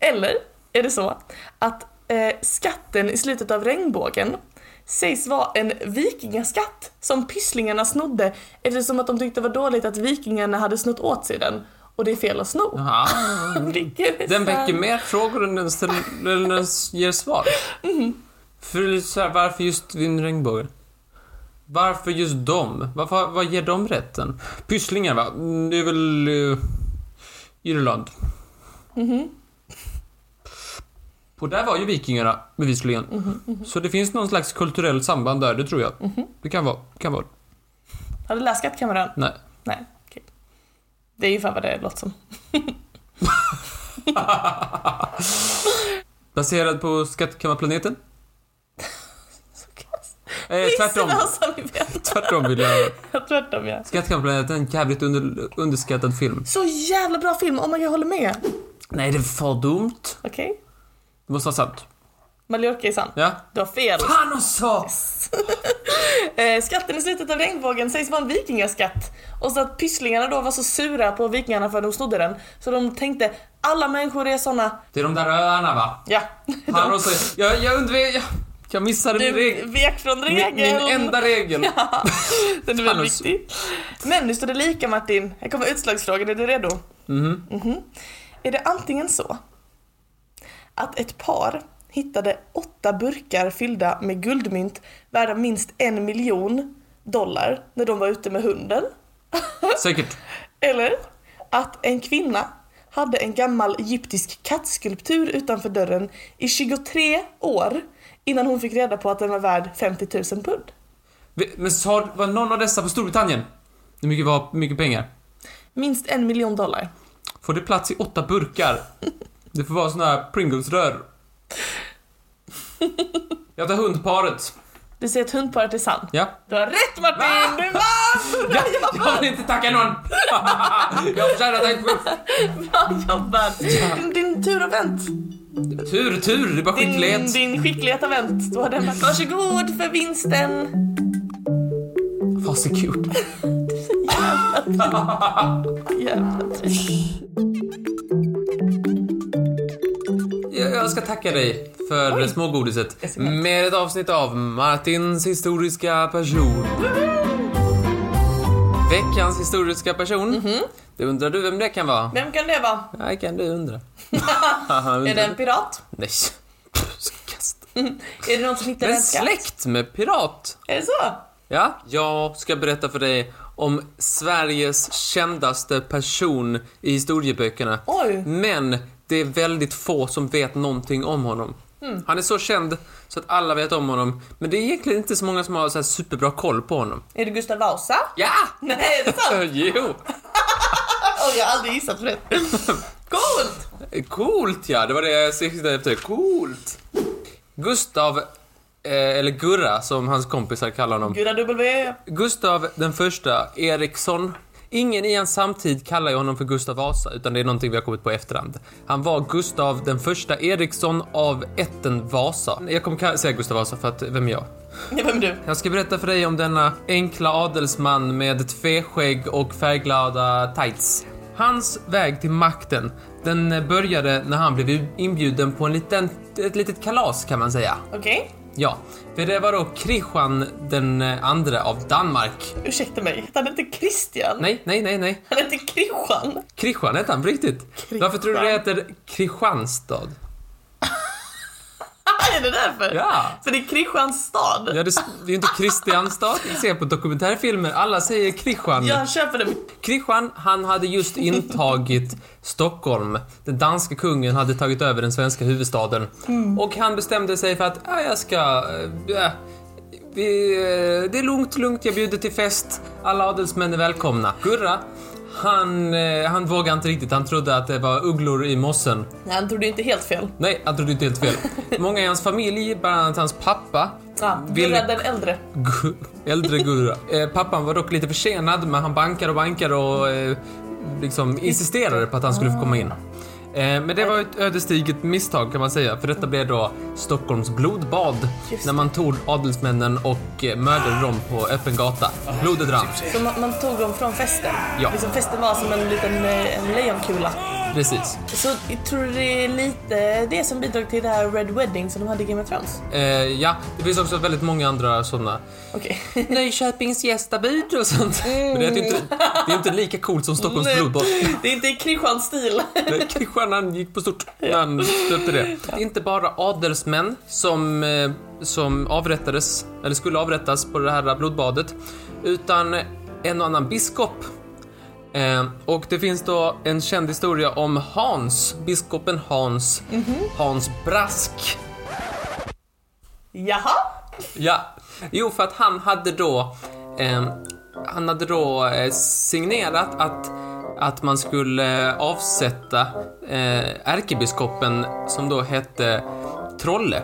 Eller är det så att eh, skatten i slutet av regnbågen sägs vara en vikingaskatt som pysslingarna snodde eftersom att de tyckte det var dåligt att vikingarna hade snott åt sig den och det är fel att sno.
Jaha.
Vilken är
Ah, Den
sant?
väcker mer frågor än den, ställ, än den ger svar.
Mm-hmm.
För det är så här, varför just Vin Regnbåge? Varför just dem? Varför, vad ger de rätten? Pysslingar va? Mm, Det är väl uh, Irland.
Mm-hmm.
Och där var ju vikingarna bevisligen.
Mm-hmm,
Så det finns någon slags kulturell samband där, det tror jag. Det kan vara. Kan vara.
Har du läst Skattkammarön?
Nej.
Nej, okej. Det är ju fan vad det låter som.
Baserad på Skattkammarplaneten?
Så kass.
Eh, tvärtom.
Visst alltså. är det som vi vet.
Tvärtom vill jag...
Tvärtom ja.
Skattkammarplaneten, en jävligt under, underskattad film.
Så jävla bra film, oh my god jag håller med.
Nej, det är för dumt.
Okej?
Det måste vara sant.
Mallorca är sann.
Ja.
Du har fel.
Fan också!
Eh, skatten i slutet av regnbågen sägs vara en vikingaskatt. Och så att pysslingarna då var så sura på vikingarna för att de snodde den. Så de tänkte, alla människor är såna.
Det är de där öarna va?
Ja.
Fan också. Jag, jag undvek... Jag, jag missade min
Du
regel.
vek från
Min,
regeln.
min enda regel.
Ja, den är väl
Panos.
viktig. Men nu står det lika Martin. Här kommer utslagsfrågan, är du redo? Mhm. Är det antingen så att ett par hittade åtta burkar fyllda med guldmynt värda minst en miljon dollar när de var ute med hunden?
Säkert.
Eller att en kvinna hade en gammal egyptisk kattskulptur utanför dörren i 23 år innan hon fick reda på att den var värd 50 000 pund?
Vi- Men sa, var någon av dessa på Storbritannien? Hur mycket var mycket pengar?
Minst en miljon dollar.
Får det plats i åtta burkar? Det får vara såna här Pringles-rör. Jag tar hundparet.
Du säger att hundparet är sant.
Ja.
Du har rätt Martin! Du vann!
ja! Jag vill inte tacka någon! Jag förtjänar tack själv.
Bra jobbat! Din, din tur har vänt.
Tur, tur, det är bara
Din,
skicklighet.
din skicklighet har vänt. Du har den varit. Varsågod för vinsten.
Vad sekurt.
Jävla trist.
Jag jag ska tacka dig för det smågodiset med ett avsnitt av Martins historiska person. Veckans historiska person. Det undrar du vem det kan vara?
Vem kan det vara?
Nej, kan du undra.
Är det en pirat?
Nej. Så kast.
Är det någon som hittar
Men
en skatt?
släkt med pirat.
Är det så?
Ja, jag ska berätta för dig om Sveriges kändaste person i historieböckerna.
Oj.
Men det är väldigt få som vet någonting om honom. Han är så känd så att alla vet om honom, men det är egentligen inte så många som har så här superbra koll på honom.
Är det Gustav Vasa?
Ja!
Nej, är det sant?
jo!
Oj, jag har aldrig gissat på det. Coolt!
Coolt ja, det var det jag siktade efter. Coolt! Gustav, eh, eller Gurra som hans kompisar kallar honom.
Gurra W.
Gustav den första Eriksson. Ingen i hans samtid kallar ju honom för Gustav Vasa, utan det är någonting vi har kommit på i efterhand. Han var Gustav den första Eriksson av ätten Vasa. Jag kommer ka- säga Gustav Vasa för att, vem är jag?
Ja, Vem är du?
Jag ska berätta för dig om denna enkla adelsman med tveskägg och färgglada tights. Hans väg till makten, den började när han blev inbjuden på en liten, ett litet kalas kan man säga.
Okej.
Ja, för det var då Kristian den andra av Danmark.
Ursäkta mig, han heter Christian.
Nej, nej, nej, nej.
Han heter Christian.
Kristian hette han på riktigt.
Kristian.
Varför tror du det heter Kristianstad?
är det därför?
Ja.
För det är Christians stad.
Ja, det, det är ju inte Kristianstad. Vi ser på dokumentärfilmer, alla säger Kristian.
Jag köper det.
Kristian, han hade just intagit Stockholm. Den danske kungen hade tagit över den svenska huvudstaden. Och han bestämde sig för att, ah, jag ska... eh, Äh, vi, eh, det är lugnt, lugnt, jag bjuder till fest. Alla adelsmän är välkomna. Gurra, han, eh, han vågade inte riktigt. Han trodde att det var ugglor i mossen.
Nej, han trodde inte helt fel.
Nej, han trodde inte helt fel. Många i hans familj, bland annat hans pappa,
Ja,
Vill-
Gurra den äldre.
Gu- äldre Gurra. Eh, pappan var dock lite försenad, men han bankade och bankade och eh, liksom insisterade på att han skulle få komma in.
Ah.
Eh, men det var ett ödesdigert misstag kan man säga, för detta blev då Stockholms blodbad
Just
när man tog adelsmännen och eh, mördade dem på öppen gata. Blodet rann.
Så man, man tog dem från festen.
Ja.
Liksom festen var som en liten eh, en lejonkula.
Precis.
Så jag tror du det är lite det som bidrog till det här Red Wedding som de hade i Game of Thrones?
Eh, ja, det finns också väldigt många andra sådana.
Okej.
Nyköpings gästabud och sånt. Men det är, ju inte, det är inte lika coolt som Stockholms blodbad.
det är inte Christians stil.
Kristian gick på stort när han döpte det. Det är inte bara adelsmän som, eh, som avrättades, eller skulle avrättas på det här blodbadet, utan en och annan biskop. Eh, och det finns då en känd historia om Hans, biskopen Hans, Hans Brask.
Jaha?
Ja, jo för att han hade då, eh, han hade då eh, signerat att, att man skulle eh, avsätta eh, ärkebiskopen som då hette Trolle.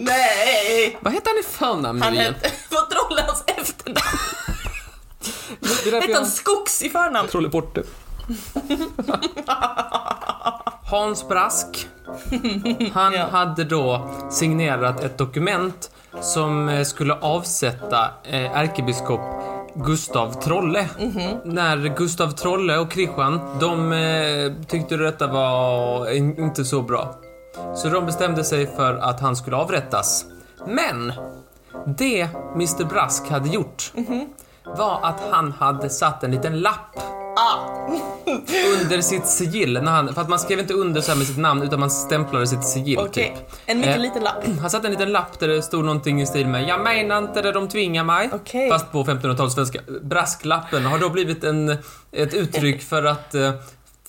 Nej!
Vad hette han i förnamn
Han
nu igen?
hette... Vad trollade hans efternamn?
Det är därför
Hette
jag-
han Skogs i förnamn?
Trolleporte. Hans Brask. Han
Ja.
hade då signerat ett dokument som eh, skulle avsätta eh, ärkebiskop Gustav Trolle. När Gustav Trolle och Kristian, de eh, tyckte detta var in- inte så bra. Så de bestämde sig för att han skulle avrättas. Men! Det Mr Brask hade gjort var att han hade satt en liten lapp
Ah,
under sitt sigill. När han, för att man skrev inte under så här med sitt namn utan man stämplade sitt sigill
okej.
typ.
En mycket
Eh,
liten lapp.
Han satte en liten lapp där det stod någonting i stil med “Jag menar inte det, de tvingar mig”.
Okej.
Fast på 1500-tals svenska. Brasklappen har då blivit en, ett uttryck för att eh,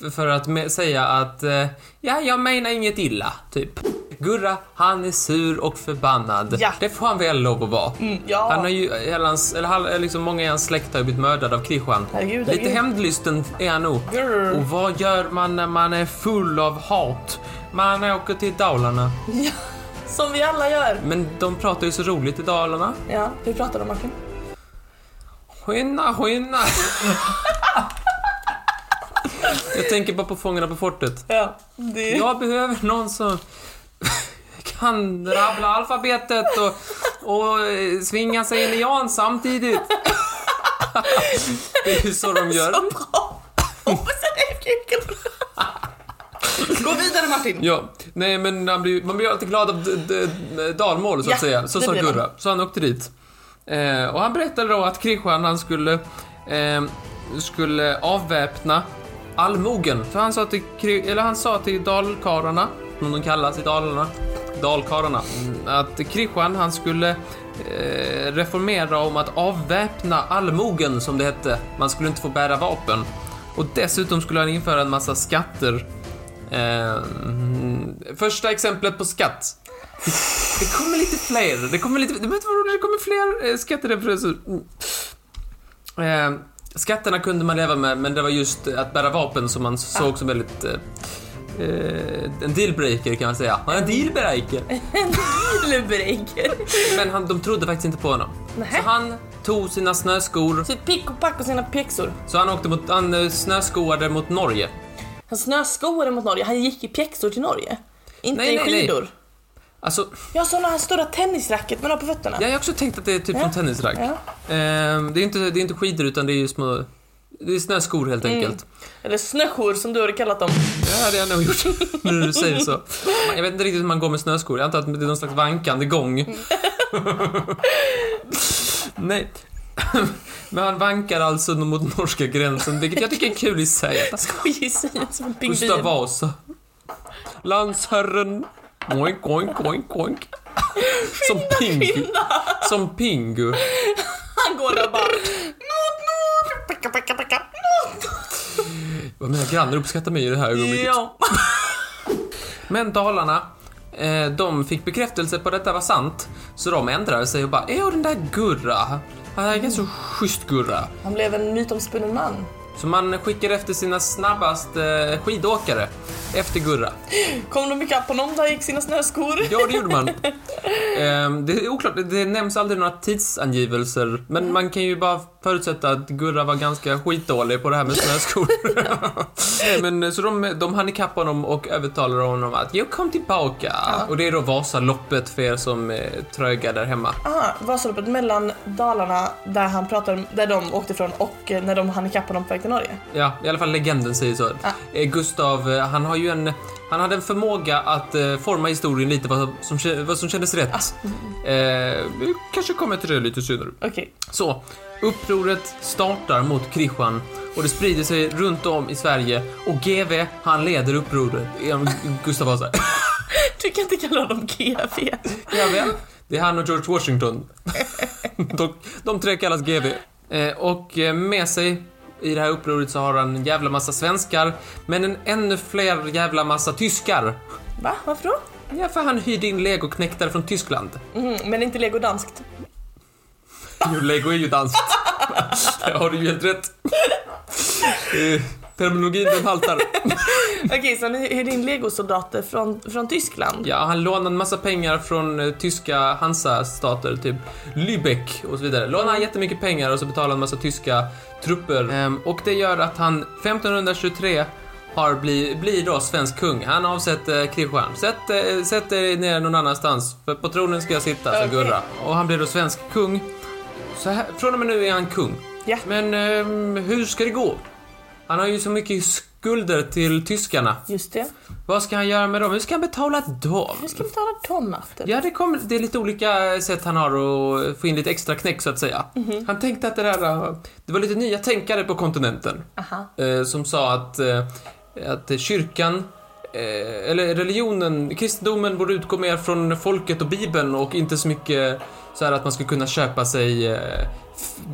f- för att me- säga att eh, ja, jag menar inget illa, typ. Gurra, han är sur och förbannad.
Ja.
Det får han väl lov att vara.
Mm, ja.
Han har ju, hela hans, eller halv- liksom många i hans släkt har ju blivit mördade av Krishan.
Herregud,
Lite
herregud.
hämndlysten är han nog.
Grr.
Och vad gör man när man är full av hat? Man åker till Dalarna.
Ja, som vi alla gör.
Men de pratar ju så roligt i Dalarna.
Ja, hur pratar de Martin?
Skynda, skynda! Jag tänker bara på Fångarna på fortet.
Ja, det...
Jag behöver någon som kan rabbla alfabetet och, och eh, svinga sig in i Jan samtidigt. Det är ju så de gör.
Så bra! Hoppas att det är kul. Gå vidare Martin.
Ja, nej men man blir, man blir alltid glad av d- d- dalmål så att
Ja,
säga. Så
det
sa
blir man.
Gurra. Så han åkte dit. Eh, och han berättade då att Krishan han skulle, eh, skulle avväpna allmogen. För han sa till, Kri- eller han sa till dalkarlarna, som de kallas i Dalarna, dalkarlarna, mm, att Krishan han skulle eh, reformera om att avväpna allmogen som det hette. Man skulle inte få bära vapen. Och dessutom skulle han införa en massa skatter Eh, mm, första exemplet på skatt. Det kommer lite fler. Det kommer lite... Det behöver inte vara roligt, det kommer fler eh, skattereferenser. Mm. Eh, skatterna kunde man leva med, men det var just eh, att bära vapen som man såg som väldigt... Eh, eh, en dealbreaker kan man säga. Han är en dealbreaker.
Lubränker.
Men han, de trodde faktiskt inte på honom.
Nähä.
Så han tog sina snöskor,
Typ pick och pack och sina pjäxor.
så han åkte mot... Han eh, snöskoade mot Norge.
Han snöskoade mot Norge. Han gick i pjäxor till Norge. Inte
Nej,
i
nej, nej.
skidor.
Alltså,
Jag såg när han stora tennisracket man har på fötterna.
Ja, jag har också tänkt att det är typ
Ja.
som tennisrack.
Ja.
Ehm, det, är inte, det är inte skidor utan det är ju små... Det är snöskor helt
Mm.
enkelt.
Eller snöskor som du hade kallat dem.
Det hade jag nog gjort, nu när du säger så. Jag vet inte riktigt hur man går med snöskor. Jag antar att det är någon slags vankande gång. Nej. Men han vankar alltså mot norska gränsen, vilket jag tycker är kul i sig.
Skojig syn som en
Gustav
pingvin.
Vasa. Landsherren. Oink, oink, oink, oink. Som Pingu. Som Pingu.
Han går där och bara... Not, not. Packa, packa, packa. Not.
Vad Mina grannar uppskattar mig i det här ögonblicket.
Ja.
Men Dalarna, eh, de fick bekräftelse på att detta var sant. Så de ändrade sig och bara “Åh, den där Gurra, han är ganska så schysst Gurra”.
Han blev en mytomspunnen man.
Så man skickade efter sina snabbaste eh, skidåkare efter Gurra.
Kom de ikapp honom där gick sina snöskor?
Ja, det gjorde man. Ehm, det är oklart, det nämns aldrig några tidsangivelser. Men man kan ju bara förutsätta att Gurra var ganska skitdålig på det här med snöskor. Nej, men, så de, de hann ikapp honom och övertalade honom att “Jo, kom tillbaka”. Och det är då Vasaloppet för er som är tröga där hemma.
Aha, Vasaloppet mellan Dalarna där han pratar, där de åkte ifrån och eh, när de hann ikapp honom på väg till Norge.
Ja, i alla fall legenden säger så. Eh, Gustav, eh, han har ju en... Han hade en förmåga att eh, forma historien lite vad som, kä- vad som kändes
Alltså,
rätt. Eh, vi kanske kommer till det lite senare.
mm, Okej.
Så, upproret startar mot Krishan och det sprider sig runt om i Sverige och GV, han leder upproret. Genom Gustav Vasa.
Du kan inte kalla honom GV.
GV, det är han och George Washington. De, de tre kallas GV. Eh, Och eh, med sig i det här upproret så har han en jävla massa svenskar, men en ännu fler jävla massa tyskar.
Va? Varför då?
Ja, för han hyrde in legoknektar från Tyskland.
Mm, men inte legodanskt.
Jo, lego är ju danskt. Där har du ju helt rätt. Eh, Terminologin, den haltar.
Okej, så han hyrde in legosoldater från, från Tyskland.
Ja, han lånade en massa pengar från eh, tyska Hansa-stater, typ Lübeck och så vidare. Lånade han jättemycket pengar och så betalade han en massa tyska trupper. Ehm, och det gör att han 1523 har bli, blir då svensk kung. Han avsätter Kristian. Sätt, eh, sätt dig ner någon annanstans, för på tronen ska jag sitta, sa
Okej.
Gurra. Och han blir då svensk kung. Så här, från och med nu är han kung.
Ja.
Men ehm, hur ska det gå? Han har ju så mycket skulder till tyskarna.
Just det.
Vad ska han göra med dem? Hur ska han betala dem?
Hur ska vi betala dem Matte?
Ja, det, kommer, det är lite olika sätt han har att få in lite extra knäck så att säga.
Mhm.
Han tänkte att det där, eh, det var lite nya tänkare på kontinenten
Aha.
eh, som sa att, eh, att kyrkan eh, eller religionen, kristendomen borde utgå mer från folket och bibeln och inte så mycket så här att man skulle kunna köpa sig eh,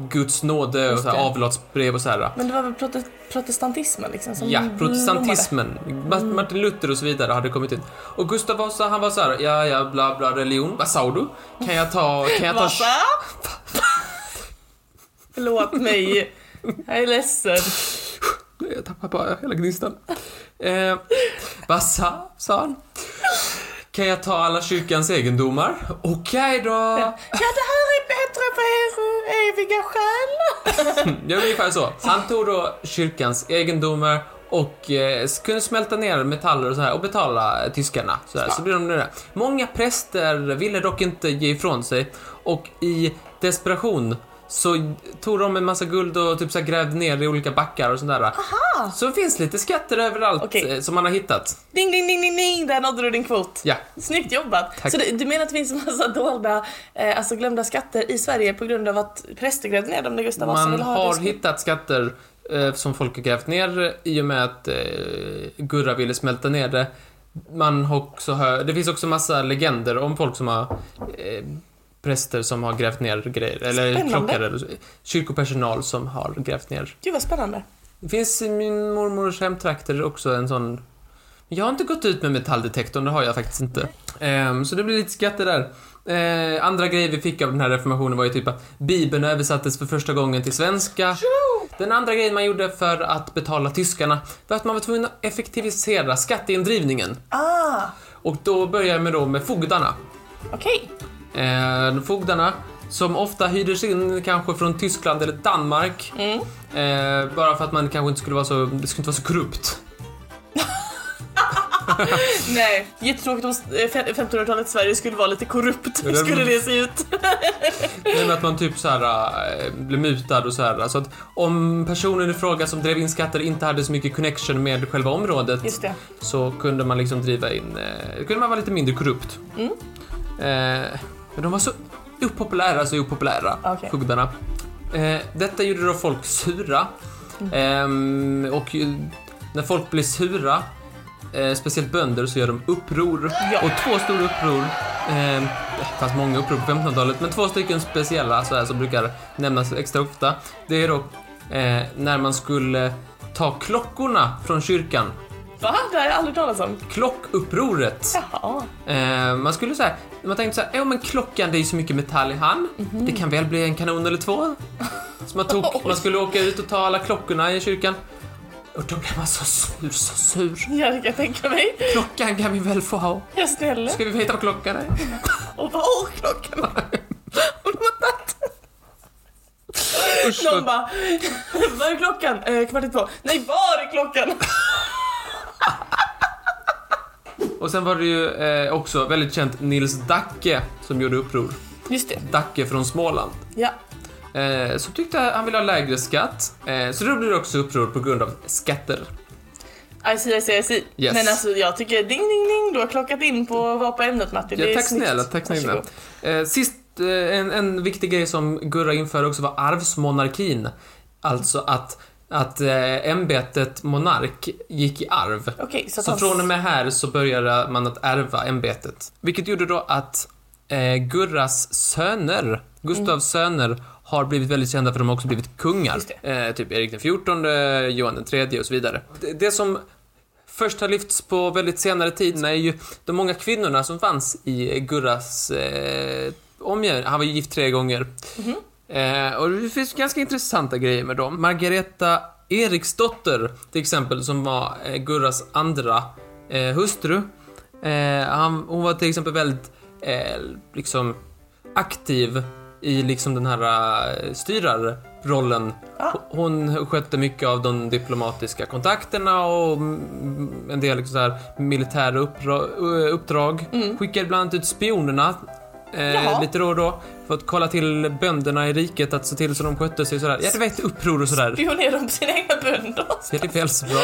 Guds nåde och
Just
så här
det.
avlatsbrev och så här.
Men det var väl prote- protestantismen liksom som
Ja,
blommade.
protestantismen. Ma- Martin Luther och så vidare hade kommit in. Och Gustav Vasa, han var så här, ja, ja, bla, bla, religion. Vad sa du? Kan jag ta, kan jag ta...
Vasa? Förlåt mig. Jag är ledsen.
Jag tappar bara hela gnistan. Eh, vad sa, sa han? Kan jag ta alla kyrkans egendomar? Okej då!
Ja, det här är bättre för er eviga själ.
Ja, ungefär så. Han tog då kyrkans egendomar och eh, kunde smälta ner metaller och så här och betala tyskarna. Så, här. så blev de nöjda. Många präster ville dock inte ge ifrån sig och i desperation så tog de en massa guld och typ så här grävde ner i olika backar och sånt där. Aha. Så det finns lite skatter överallt
Okej.
eh, som man har hittat.
Ding, ding, ding, ding, ding. Där nådde du din kvot.
Ja.
Snyggt jobbat.
Tack.
Så du, du menar att det finns massa dolda, eh, alltså glömda skatter i Sverige på grund av att präster grävde ner dem när Gustav Vasa
Man
ville ha
har
det?
hittat skatter eh, som folk har grävt ner i och med att eh, Gurra ville smälta ner det. Man har också hör, det finns också massa legender om folk som har eh, präster som har grävt ner grejer, eller
Spännande.
klockor, eller så- kyrkopersonal som har grävt ner.
Gud vad spännande.
Det finns i min mormors hemtrakter också en sån... Jag har inte gått ut med metalldetektorn, det har jag faktiskt inte. Ehm, så det blir lite skatter där. Eh, andra grejer vi fick av den här reformationen var ju typ att Bibeln översattes för första gången till svenska. Den andra grejen man gjorde för att betala tyskarna var att man var tvungen att effektivisera skatteindrivningen.
Ah,
Och då börjar man då med fogdarna.
okej.
Eh, fogdarna som ofta hyrdes in kanske från Tyskland eller Danmark.
Mm.
Eh, bara för att man kanske inte skulle vara så, det skulle inte vara så korrupt.
Nej, jättetråkigt om eh, fe- 1500-talet Sverige skulle vara lite korrupt. Hur
det-
skulle det se ut?
Nej, men att man typ så här eh, blev mutad och så här. Alltså att om personen i fråga som drev in skatter inte hade så mycket connection med själva området
Just det.
så kunde man liksom driva in, eh, kunde man vara lite mindre korrupt. Eh, men de var så opopulära, så opopulära,
Ah, Okej.
fogdarna. Eh, detta gjorde då folk sura. Ehm, och ju, när folk blir sura, eh, speciellt bönder, så gör de uppror.
Ja.
Och två stora uppror. ehm, det fanns många uppror på 1500-talet, men två stycken speciella så här, som brukar nämnas extra ofta. Det är då eh, när man skulle ta klockorna från kyrkan.
Va? Det har jag aldrig talat om.
Klockupproret.
Jaha.
Eh, man skulle säga, man tänkte så här, "Jo, men klockan det är ju så mycket metall i hand. Det kan väl bli en kanon eller två. Så man, tog, man skulle åka ut och ta alla klockorna i kyrkan. Och då blev man så sur, så sur.
Ja, det kan jag tänka mig.
Klockan kan vi väl få ha?
Jag är snäll.
Ska vi veta vad klockan är?
Och vad har klockan? Har du mattat?
Usch,
De
vad-
bara, vad är klockan? Eh, kvart i två. Nej, var är klockan?
och sen var det ju eh, också väldigt känt Nils Dacke som gjorde uppror.
Just det.
Dacke från Småland.
Ja.
Eh, som tyckte han ville ha lägre skatt. Eh, så då blev det också uppror på grund av skatter.
I see, I see, I see.
Yes.
Men alltså jag tycker ding, ding, ding, du har klockat in på vad på ämnet Matti.
Ja,
Det är
tack
snyggt.
snälla, tack snälla.
Varsågod.
Eh, sist, eh, en, en viktig grej som Gurra införde också var arvsmonarkin. Alltså att, att eh, ämbetet monark gick i arv.
Okej, så, att
Så
han-
från och med här så började man att ärva ämbetet. Vilket gjorde då att eh, Gurras söner, Gustavs söner, har blivit väldigt kända för de har också blivit kungar.
Just
Eh, typ Erik den XIV, Johan den tredje och så vidare. Det, det som först har lyfts på väldigt senare tid är ju de många kvinnorna som fanns i Gurras eh, omgivning. Han var ju gift tre gånger. Eh, och det finns ganska intressanta grejer med dem. Margareta Eriksdotter till exempel, som var eh, Gurras andra eh, hustru. Eh, han, hon var till exempel väldigt eh, liksom aktiv i liksom den här eh, styrarrollen.
Ah.
Hon skötte mycket av de diplomatiska kontakterna och mm, en del liksom så här militära uppra- eh, uppdrag. Skickade bland annat ut spionerna eh,
Mm. Jaha.
lite då och då för att kolla till bönderna i riket att se till så de skötte sig sådär. Ja, du vet uppror och sådär.
Spionerar de på sina egna bönder?
Ja, det är väl så bra.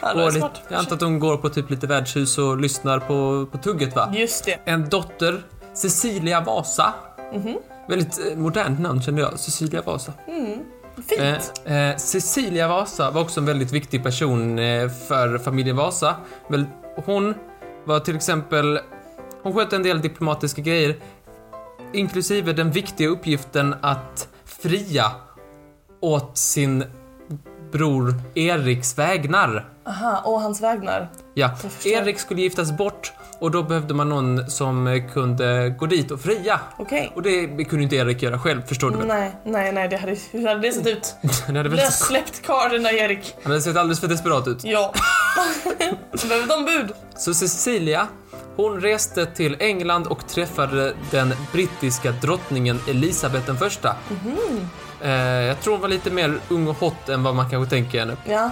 Ja, det var
Och lite,
smart.
jag antar att de går på typ lite värdshus och lyssnar på, på tugget va?
Just det.
En dotter, Cecilia Vasa.
Mhm.
Väldigt eh, modernt namn kände jag, Cecilia Vasa.
Fint.
Eh, eh, Cecilia Vasa var också en väldigt viktig person eh, för familjen Vasa. Väl- Hon var till exempel, hon skötte en del diplomatiska grejer, inklusive den viktiga uppgiften att fria åt sin bror Eriks vägnar.
Aha, och hans vägnar.
Ja,
Jag förstår.
Erik skulle giftas bort och då behövde man någon som eh, kunde gå dit och fria.
Okej.
Och det kunde inte Erik göra själv, förstår du väl?
Nej, nej, nej, det hade, hur hade det sett ut?
Han hade, väl,
Lös släppt karlen där, Erik.
han hade sett alldeles för desperat ut.
Ja. Så behöver de bud.
Så Cecilia, hon reste till England och träffade den brittiska drottningen Elisabeth den första.
Mhm.
Eh, jag tror hon var lite mer ung och hot än vad man kanske tänker henne.
Ja.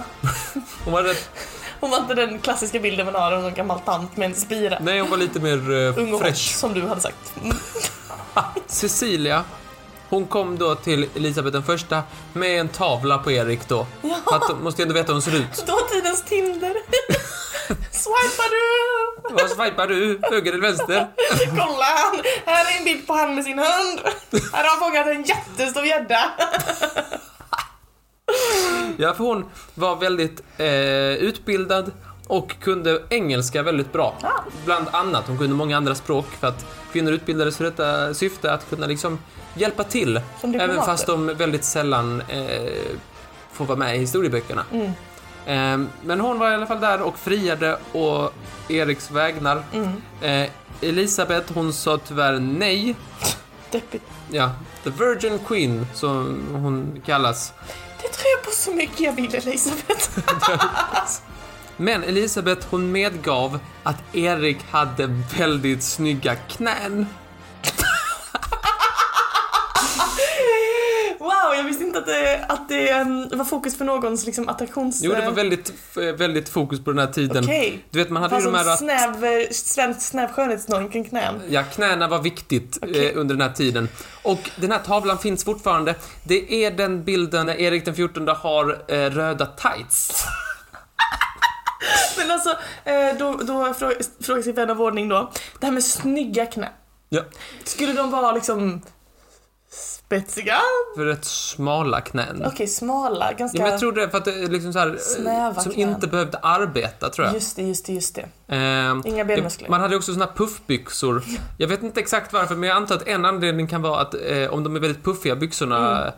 Hon var, rätt,
Hon var inte den klassiska bilden man har av någon gammal tant med en spira.
nej, hon var lite mer
Ung
eh,
och hot,
fresh.
som du hade sagt. Mm.
Cecilia, hon kom då till Elisabeth den första med en tavla på Erik då. För att de måste ju ändå veta hur hon ser ut.
Dåtidens Tinder. Swipar du?
Vad swipar du? Höger eller vänster?
Kolla han! Här är en bild på han med sin hund. Här har han fångat en jättestor gädda.
Ja, för hon var väldigt eh, utbildad och kunde engelska väldigt bra.
Ah.
Bland annat. Hon kunde många andra språk för att kvinnor utbildades för detta syfte att kunna liksom hjälpa till.
Som diplomater.
Även fast de väldigt sällan eh, får vara med i historieböckerna.
Mm.
Eh, men hon var i alla fall där och friade å Eriks vägnar.
Mm.
Eh, Elisabeth, hon sa tyvärr nej.
Deppigt.
Ja, the Virgin Queen som hon kallas.
Det tror jag på så mycket jag vill Elisabeth.
Men Elisabeth hon medgav att Erik hade väldigt snygga knän.
Wow, jag visste inte att det, att det em, var fokus för någons liksom, attraktions...
Jo, det var väldigt, f- väldigt fokus på den här tiden.
Okej.
Du vet, man hade ju
Fanns
de här
en
att
snäv, eh, svensk snäv skönhetsnorm kring knän.
ja, knäna var viktigt
Okej.
eh, under den här tiden. Och den här tavlan finns fortfarande. Det är den bilden när Erik den 14 har eh, röda tights.
Men alltså, eh, då, då frå- frågar sig vän av ordning då. Det här med snygga knän.
Ja.
Skulle de vara liksom spetsiga?
För rätt smala knän.
Okej, smala. Ganska...
Ja, men jag tror det är för att det är liksom så här, eh,
Snäva
som
knän.
inte behövde arbeta tror jag.
Just det, just det, just det.
Ehm,
Inga benmuskler.
det- Man hade också såna här puffbyxor. Jag vet inte exakt varför, men jag antar att en anledning kan vara att eh, om de är väldigt puffiga, byxorna,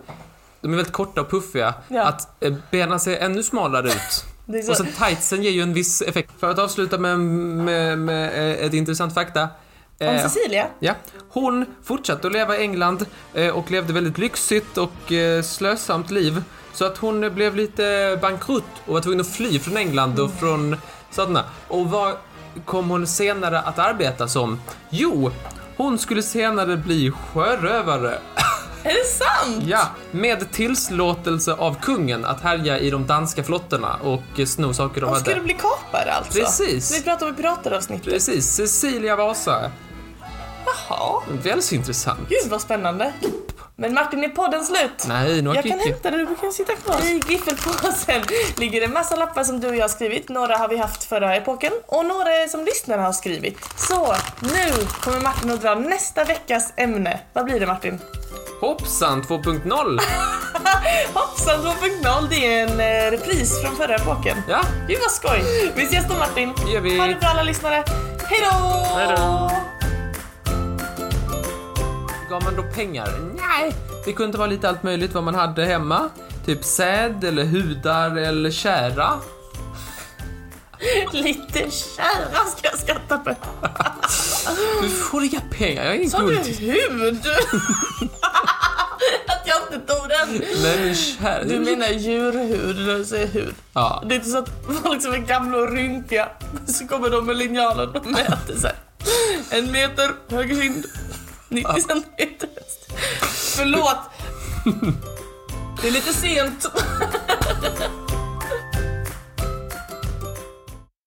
de är väldigt korta och puffiga,
Mm. Ja.
att eh, benen ser ännu smalare ut.
det är så...
Och sen tightsen ger ju en viss effekt. För att avsluta med, med, med eh, ett intressant fakta.
Om
Eh,
Cecilia?
Ja, hon fortsatte att leva i England eh, och levde väldigt lyxigt och eh, slösamt liv. Så att hon eh, blev lite bankrutt och var tvungen att fly från England och från sådana. Och vad kom hon senare att arbeta som? Jo, hon skulle senare bli sjörövare.
Är det sant?
Ja, med tillslåtelse av kungen att härja i de danska flottorna och eh, sno saker de
Hon skulle
hade.
bli kapare alltså?
Precis.
Vi pratar om piratavsnittet.
Precis, Cecilia Vasa.
Jaha.
Väl så intressant.
Gud vad spännande. Men Martin, är podden slut?
Nej, nu har
Jag kan
Kikki-
hämta den, du kan sitta kvar. I giffelpåsen ligger det en massa lappar som du och jag har skrivit. Några har vi haft förra epoken och några som lyssnarna har skrivit. Så nu kommer Martin att dra nästa veckas ämne. Vad blir det Martin?
Hoppsan 2.0!
Hoppsan 2.0, det är en eh, repris från förra epoken.
Ja,
Gud vad skoj! Vi ses då Martin!
det gör vi.
Ha det bra alla lyssnare! Hej
då.
då!
Gav man då pengar? Nej. Det kunde vara lite allt möjligt vad man hade hemma. Typ säd eller hudar eller kära.
Lite kära ska jag skratta på.
Du får inga pengar, jag är ingen
Sa du
kund.
hud? Att jag inte tog den!
Nej, men kära.
Du menar djurhud när du säger hud.
Ja.
Det är inte så att folk som är gamla och rynkiga så kommer de med linjalen och mäter sig. En meter höger kind, 90 centimeter. Förlåt. Det är lite sent.